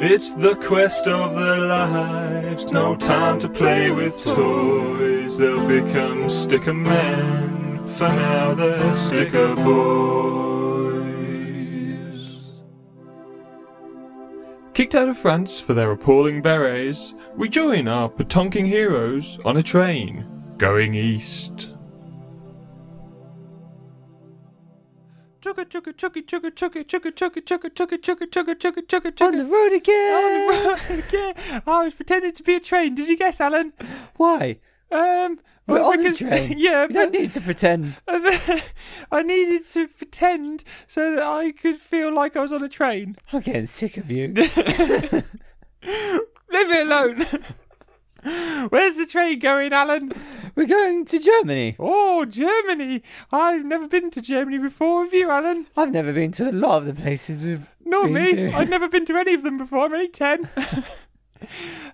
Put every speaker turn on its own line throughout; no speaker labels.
It's the quest of their lives. No time to play with toys. They'll become sticker men. For now, they're sticker boys. Kicked out of France for their appalling berets, we join our Patonking heroes on a train going east.
On the road again.
yeah, I was pretending to be a train. Did you guess, Alan?
Why?
Um,
We're
but
on the
because-
train.
Yeah,
we don't
but
need to pretend.
I needed to pretend so that I could feel like I was on a train.
I'm getting sick of you.
Leave me alone. Where's the train going, Alan?
We're going to Germany.
Oh, Germany. I've never been to Germany before. Have you, Alan?
I've never been to a lot of the places we've.
Not
Been
me.
to-
I've never been to any of them before. I'm only 10.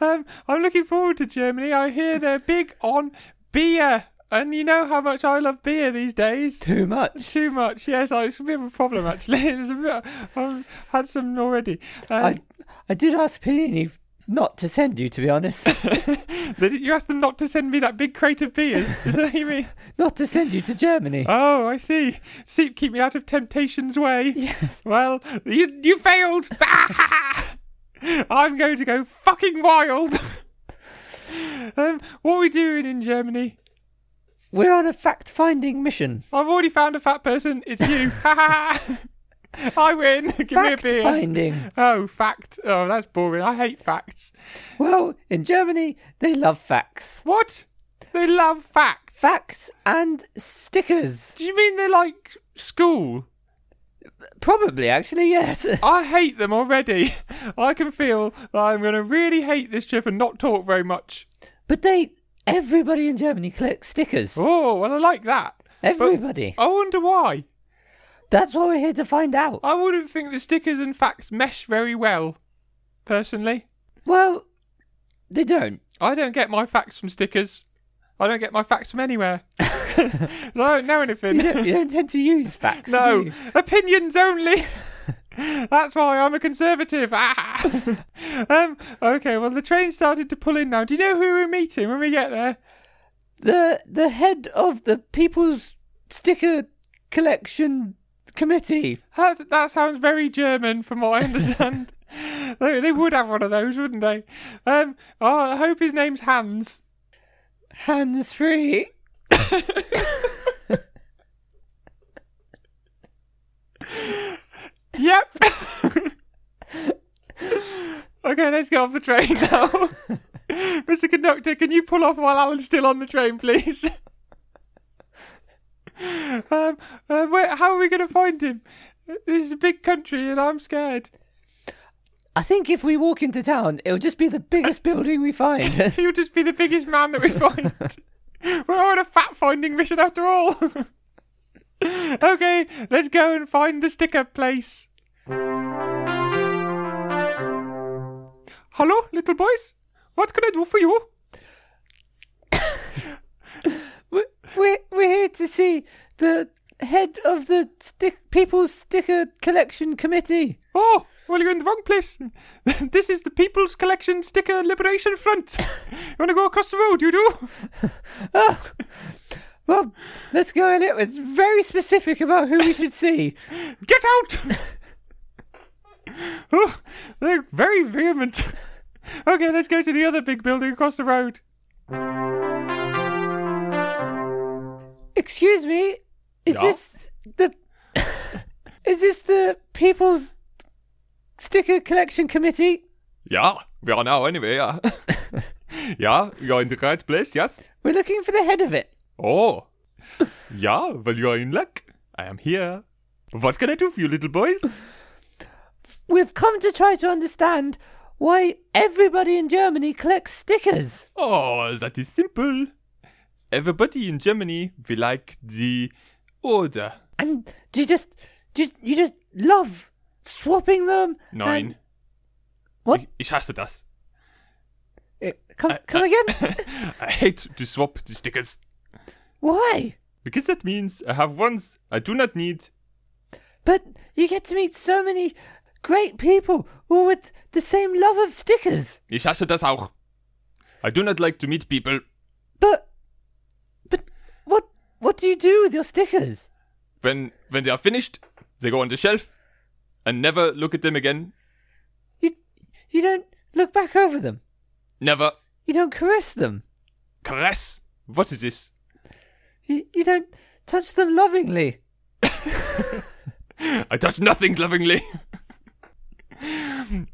um, I'm looking forward to Germany. I hear they're big on beer. And you know how much I love beer these days.
Too much.
Too much, yes. I, it's a bit of a problem, actually. It's a bit, I've had some already. Um,
I, I did ask Panini not to send you, to be honest.
they- you asked them not to send me that big crate of beers. Is that what you mean?
not to send you to Germany.
Oh, I see. See, keep me out of temptation's way. Yes. Well, you you failed. I'm going to go fucking wild. um, what are we doing in Germany?
We're on a fact-finding mission.
I've already found a fat person. It's you. I win. Give me a beer.
Fact-finding.
Oh, fact. Oh, that's boring. I hate facts.
Well, in Germany, they love facts.
What? They love facts.
Facts and stickers.
Do you mean they're like school?
Probably, actually, yes.
I hate them already. I can feel that I'm going to really hate this trip and not talk very much.
But they, everybody in Germany collects stickers.
Oh, well, I like that.
Everybody.
I wonder why.
That's what we're here to find out.
I wouldn't think the stickers and facts mesh very well, personally.
Well, they don't.
I don't get my facts from stickers. I don't get my facts from anywhere. I don't know anything.
You don't, you don't tend to use facts.
No,
do you?
opinions only. That's why I'm a conservative. Ah. um, okay, well, the train started to pull in now. Do you know who we're meeting when we get there?
The the head of the People's Sticker Collection Committee.
That, that sounds very German, from what I understand. they, they would have one of those, wouldn't they? Um, oh, I hope his name's Hans.
Hands free.
Yep. okay, let's get off the train now. Mr. Conductor, can you pull off while Alan's still on the train, please? um, uh, where, how are we going to find him? This is a big country and I'm scared.
I think if we walk into town, it'll just be the biggest building we find.
He'll just be the biggest man that we find. We're on a fat finding mission after all. okay, let's go and find the sticker place. Hello, little boys. What can I do for you?
we're, we're here to see the head of the stick, People's Sticker Collection Committee.
Oh, well, you're in the wrong place. this is the People's Collection Sticker Liberation Front. you want to go across the road, you do?
Oh. Well, let's go in it. It's very specific about who we should see.
Get out! oh, they're very vehement. okay, let's go to the other big building across the road.
Excuse me, is
Yeah?
this the is this the People's Sticker Collection Committee?
Yeah, we are now anyway. Yeah, yeah you are in the right place, yes?
We're looking for the head of it.
Oh. Yeah, well, you are in luck. I am here. What can I do for you, little boys?
We've come to try to understand why everybody in Germany collects stickers.
Oh, that is simple. Everybody in Germany, we like the order.
And do you just do you, you just love swapping them?
Nein.
and- What?
Ich, ich hasse das.
Uh, come come again?
I hate to swap the stickers.
why?
Because that means I have ones I do not need.
But you get to meet so many great people, all with the same love of stickers.
Ich hasse das auch. I do not like to meet people.
But, but what what do you do with your stickers?
When when they are finished, they go on the shelf and never look at them again.
You you don't look back over them.
Never
You don't caress them.
caress. What is this?
You, you don't touch them lovingly.
I touch nothing lovingly.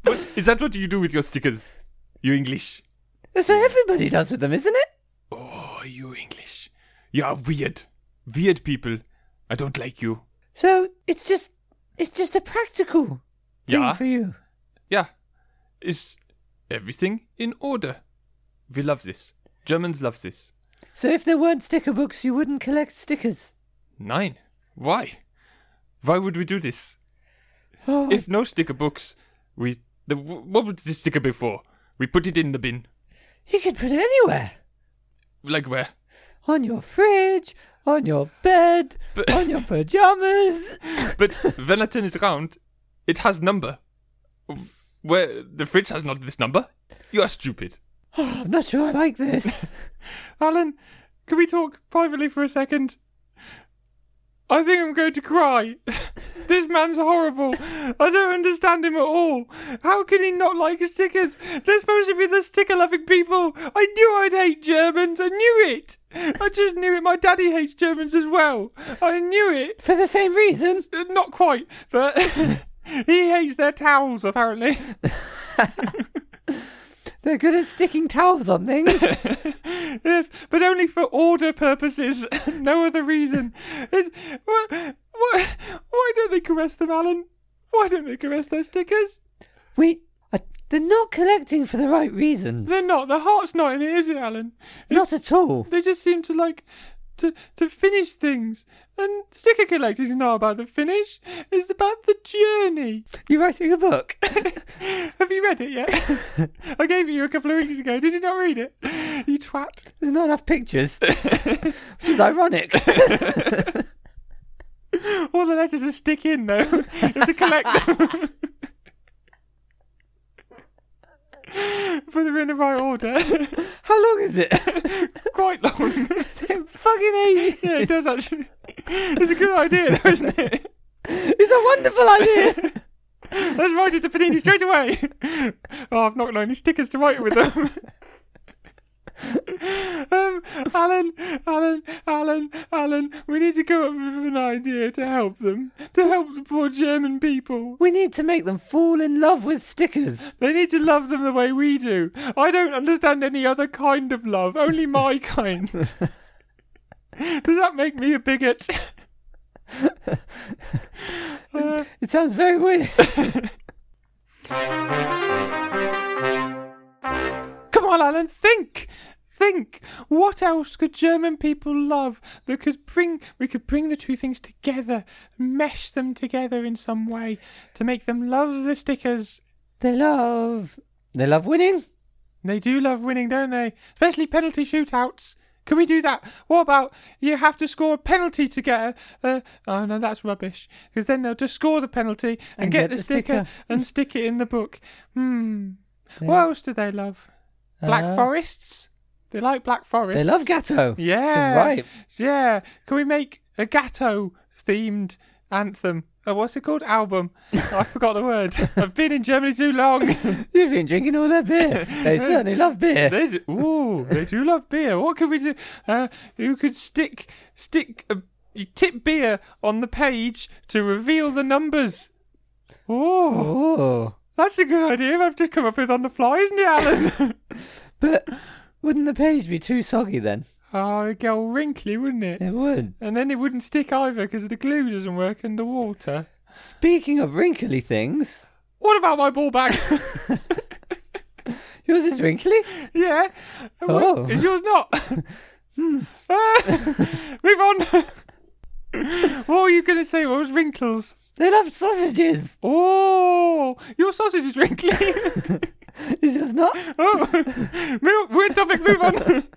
but is that what you do with your stickers? You English.
That's what everybody does with them, isn't it?
Oh, you English. You are weird. Weird people. I don't like you.
So it's just it's just a practical thing
Yeah.
for you.
Yeah. Is everything in order? We love this. Germans love this.
So if there weren't sticker books, you wouldn't collect stickers.
Nine. Why? Why would we do this?
Oh,
If no sticker books, we. The, what would this sticker be for? We put it in the bin.
you could put it anywhere.
Like where?
on your fridge, on your bed,
But-
on your pajamas.
But when I turn it around, it has number. Where the fridge has not this number. You are stupid.
Oh, I'm not sure I like this.
Alan, can we talk privately for a second? I think I'm going to cry. this man's horrible. I don't understand him at all. How can he not like stickers? They're supposed to be the sticker loving people. I knew I'd hate Germans. I knew it. I just knew it. My daddy hates Germans as well. I knew it.
For the same reason.
Uh, Not quite, but he hates their towels apparently.
They're good at sticking towels on things.
Yes, but only for order purposes, no other reason. It's, wha- wha- why don't they caress them, Alan? Why don't they caress their stickers?
we. I, they're not collecting for the right reasons.
They're not. Their heart's not in it, is it, Alan?
Not at all.
They just seem to like to to finish things. And sticker collecting is not about the finish. It's about the journey.
You're writing a book.
Have you read it yet? I gave it you a couple of weeks ago. Did you not read it? You twat.
There's not enough pictures. Which is ironic.
All the letters are stick in though. you have to collect them. Put them in the right order.
How long is it?
Quite long.
Fucking ages.
yeah, it does actually. It's a good idea though, isn't it?
It's a wonderful idea.
Let's write it to Panini straight away. Oh, I've not got any stickers to write it with them. um, Alan, Alan, Alan, Alan, we need to come up with an idea to help them, to help the poor German people.
we need to make them fall in love with stickers.
They need to love them the way we do. I don't understand any other kind of love, only my kind. Does that make me a bigot? Uh,
It sounds very weird.
come on, Alan, think! Think! What else could German people love that could bring. We could bring the two things together, mesh them together in some way to make them love the stickers.
They love. They love winning.
They do love winning, don't they? Especially penalty shootouts. Can we do that? What about you have to score a penalty to get a? Uh, oh no, that's rubbish. Because then they'll just score the penalty and, get, the, sticker, and stick it in the book. Hmm. What else do they love? Black
Uh,
forests. Uh-huh. They like black forests.
They love Gatto.
Yeah.
Right.
Yeah. Can we make a gatto themed anthem? Oh, what's it called? Album. I forgot the word. I've been in Germany too long.
You've been drinking all their beer. They certainly love beer.
They do, ooh, they do love beer. What could we do? Uh, you could stick stick a, you tip beer on the page to reveal the numbers. Oh,
Oh.
that's a good idea. I've just come up with on the fly, isn't it, Alan?
But wouldn't the page be too soggy then?
oh, it'd get all wrinkly, wouldn't it?
It would.
And then it wouldn't stick either because the glue doesn't work and the water.
Speaking of wrinkly things,
What about my ball bag?
yours is wrinkly.
yeah.
Oh.
Is yours not? Uh, move on. what were you going to say? What was wrinkles?
They love sausages.
Oh, your sausage is wrinkly.
Is yours not?
oh, move, weird topic. Move on.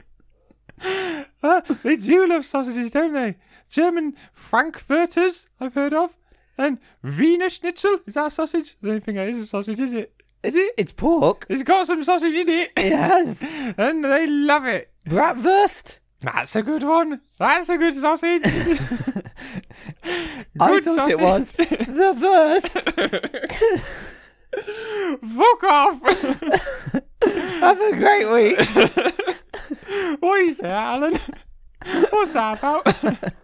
Uh, they do love sausages, don't they? German frankfurters, I've heard of. Then Wiener Schnitzel. Is that a sausage? I don't think that is a sausage, is it? Is it?
It's pork.
It's got some sausage in it.
It has
And they love it.
bratwurst.
That's a good one. That's a good sausage. good
I thought it was the worst.
Fuck off.
Have a great week.
What you say, Alan? What's that about?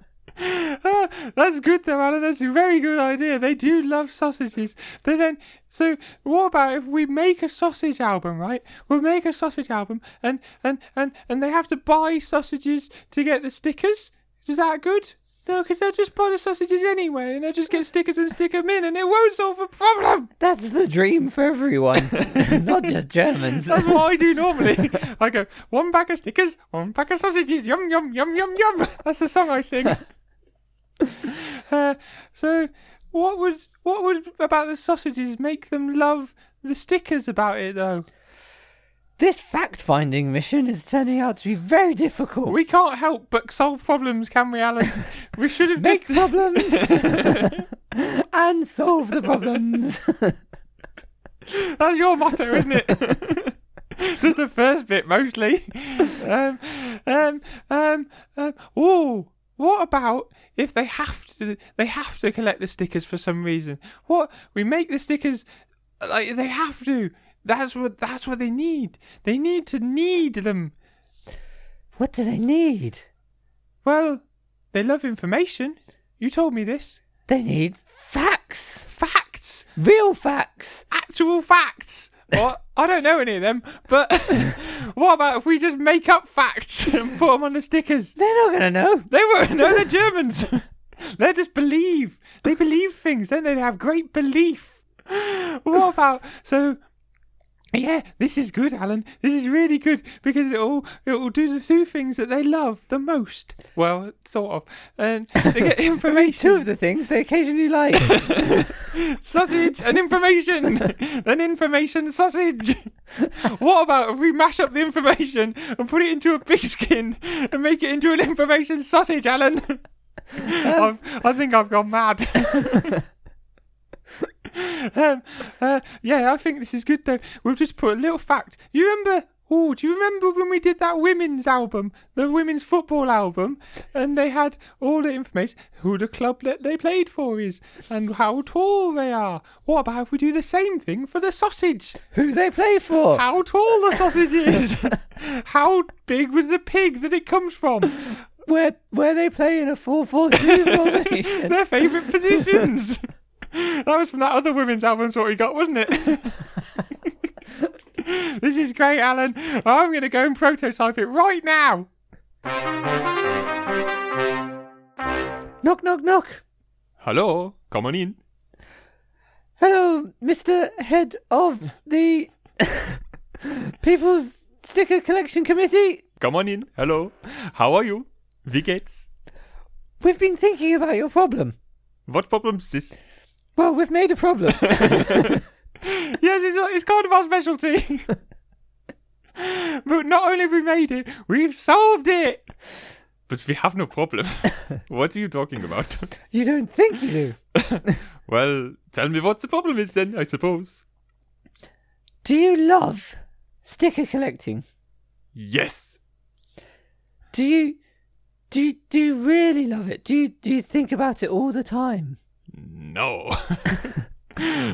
Ah, that's good though, Alan. That's a very good idea. They do love sausages. But then, so what about if we make a sausage album, right? We'll make a sausage album, and and and and they have to buy sausages to get the stickers. Is that good? No, because they'll just buy the sausages anyway, and they'll just get stickers and stick them in, and it won't solve a problem.
That's the dream for everyone, not just Germans.
That's what I do normally. I go, one pack of stickers, one pack of sausages, yum, yum, yum, yum, yum. That's the song I sing. uh, so, what would, what would about the sausages make them love the stickers about it, though?
This fact-finding mission is turning out to be very difficult.
We can't help but solve problems, can we, Alan? We should have
make
just.
problems and solve the problems.
That's your motto, isn't it? just the first bit, mostly. Um, um, um, um, oh, what about if they have to? They have to collect the stickers for some reason. What we make the stickers like they have to. That's what. That's what they need. They need to need them.
what do they need?
Well, they love information. You told me this.
They need facts,
Facts.
real facts.
actual facts. Well, I don't know any of them, but what about if we just make up facts and put them on the stickers?
They're not going to know.
They won't know they're Germans. they just believe. They believe things, don't they? They have great belief. What about so? Yeah, this is good, Alan. This is really good because it will it will do the two things that they love the most. Well, sort of, and they get information.
Two of the things they occasionally like.
sausage and information, then information sausage. What about if we mash up the information and put it into a beeskin and make it into an information sausage, Alan? I've, I think I've gone mad. um, uh, yeah, I think this is good though. We'll just put a little fact. You remember? Oh, do you remember when we did that women's album, the women's football album, and they had all the information who the club that they played for is and how tall they are? What about if we do the same thing for the sausage?
Who they play for?
How tall the sausage is? how big was the pig that it comes from?
Where where they play in a four four two formation?
Their favourite positions. that was from that other women's album, sort we got, wasn't it? this is great, Alan. I'm going to go and prototype it right now.
knock knock knock.
Hello, come on in.
Hello, Mister Head of the People's Sticker Collection Committee.
Come on in. Hello. How are you? Wie geht's?
We've been thinking about your problem.
What problem is this?
Well, we've made a problem.
Yes, it's, it's kind of our specialty. but not only have we made it, we've solved it.
But we have no problem. what are you talking about?
you don't think you do.
well, tell me what the problem is then, I suppose.
Do you love sticker collecting?
Yes.
Do you do you, do you really love it? Do you do you think about it all the time?
No.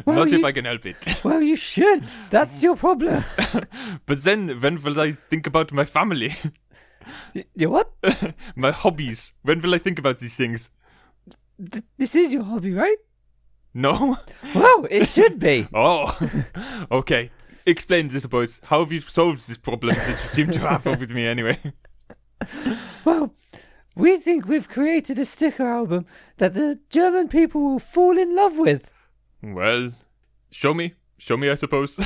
Well,
Not
you-
if I can help it.
Well, you should. That's your problem.
but then, when will I think about my family?
Y- Your what?
my hobbies? When will I think about these things?
Th- This is your hobby, right?
No?
Well, it should be.
Oh, okay. Explain this, boys. How have you solved this problem that you seem to have with me anyway?
Well, we think we've created a sticker album that the German people will fall in love with.
Well, show me. Show me, I suppose.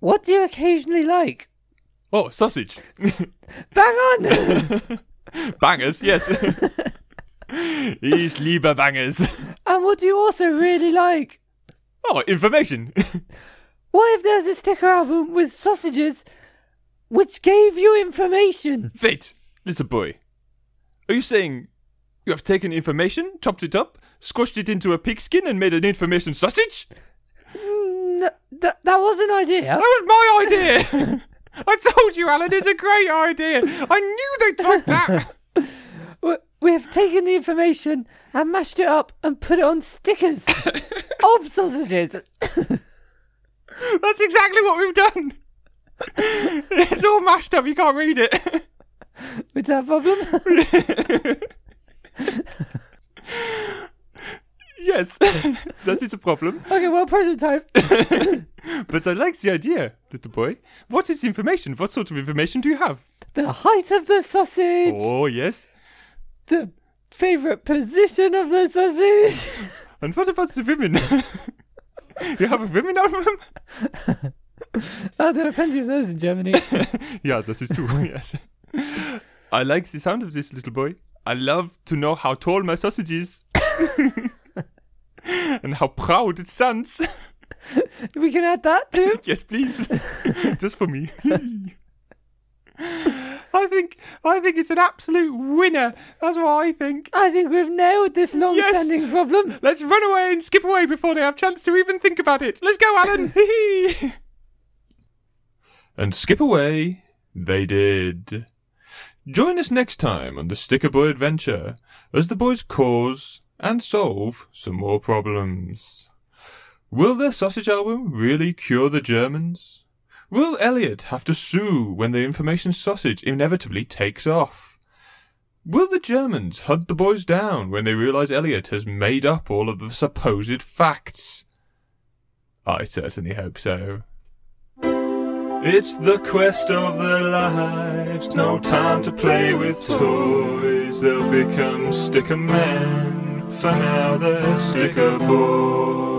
What do you occasionally like?
Oh, sausage.
Bang on!
Bangers, yes. ich liebe Bangers.
and what do you also really like?
Oh, information.
What if there's a sticker album with sausages which gave you information?
Wait, little boy. Are you saying you have taken information, chopped it up,
squashed it into a pigskin and made an information sausage?
N- Hmm, that, that was an idea.
That was my idea. I told you, Alan, it's a great idea. I knew they'd like that.
We- We have taken the information and mashed it up and put it on stickers of sausages.
That's exactly what we've done. It's all mashed up. You can't read it.
Is that a problem?
Yes, that is a problem.
okay, well, present time.
But I like the idea, little boy. What is the information? What sort of information do you have?
The height of the sausage.
Oh, yes.
The favourite position of the sausage.
And what about the women? you have a women album?
oh, there are plenty of those in Germany.
yeah, this is true, yes. I like the sound of this little boy. I love to know how tall my sausage is. and how proud it stands.
we can add that too.
yes, please. Just for me.
I think I think it's an absolute winner. That's what I think.
I think we've nailed this long standing problem.
Let's run away and skip away before they have chance to even think about it. Let's go, Alan. Hee-hee.
and skip away they did. Join us next time on the Sticker Boy Adventure as the boys cause and solve some more problems. Will their sausage album really cure the Germans? Will Elliot have to sue when the information sausage inevitably takes off? Will the Germans hunt the boys down when they realize Elliot has made up all of the supposed facts? I certainly hope so.
It's the quest of their lives. No time to play with toys. They'll become sticker men. For now, they're sticker boys.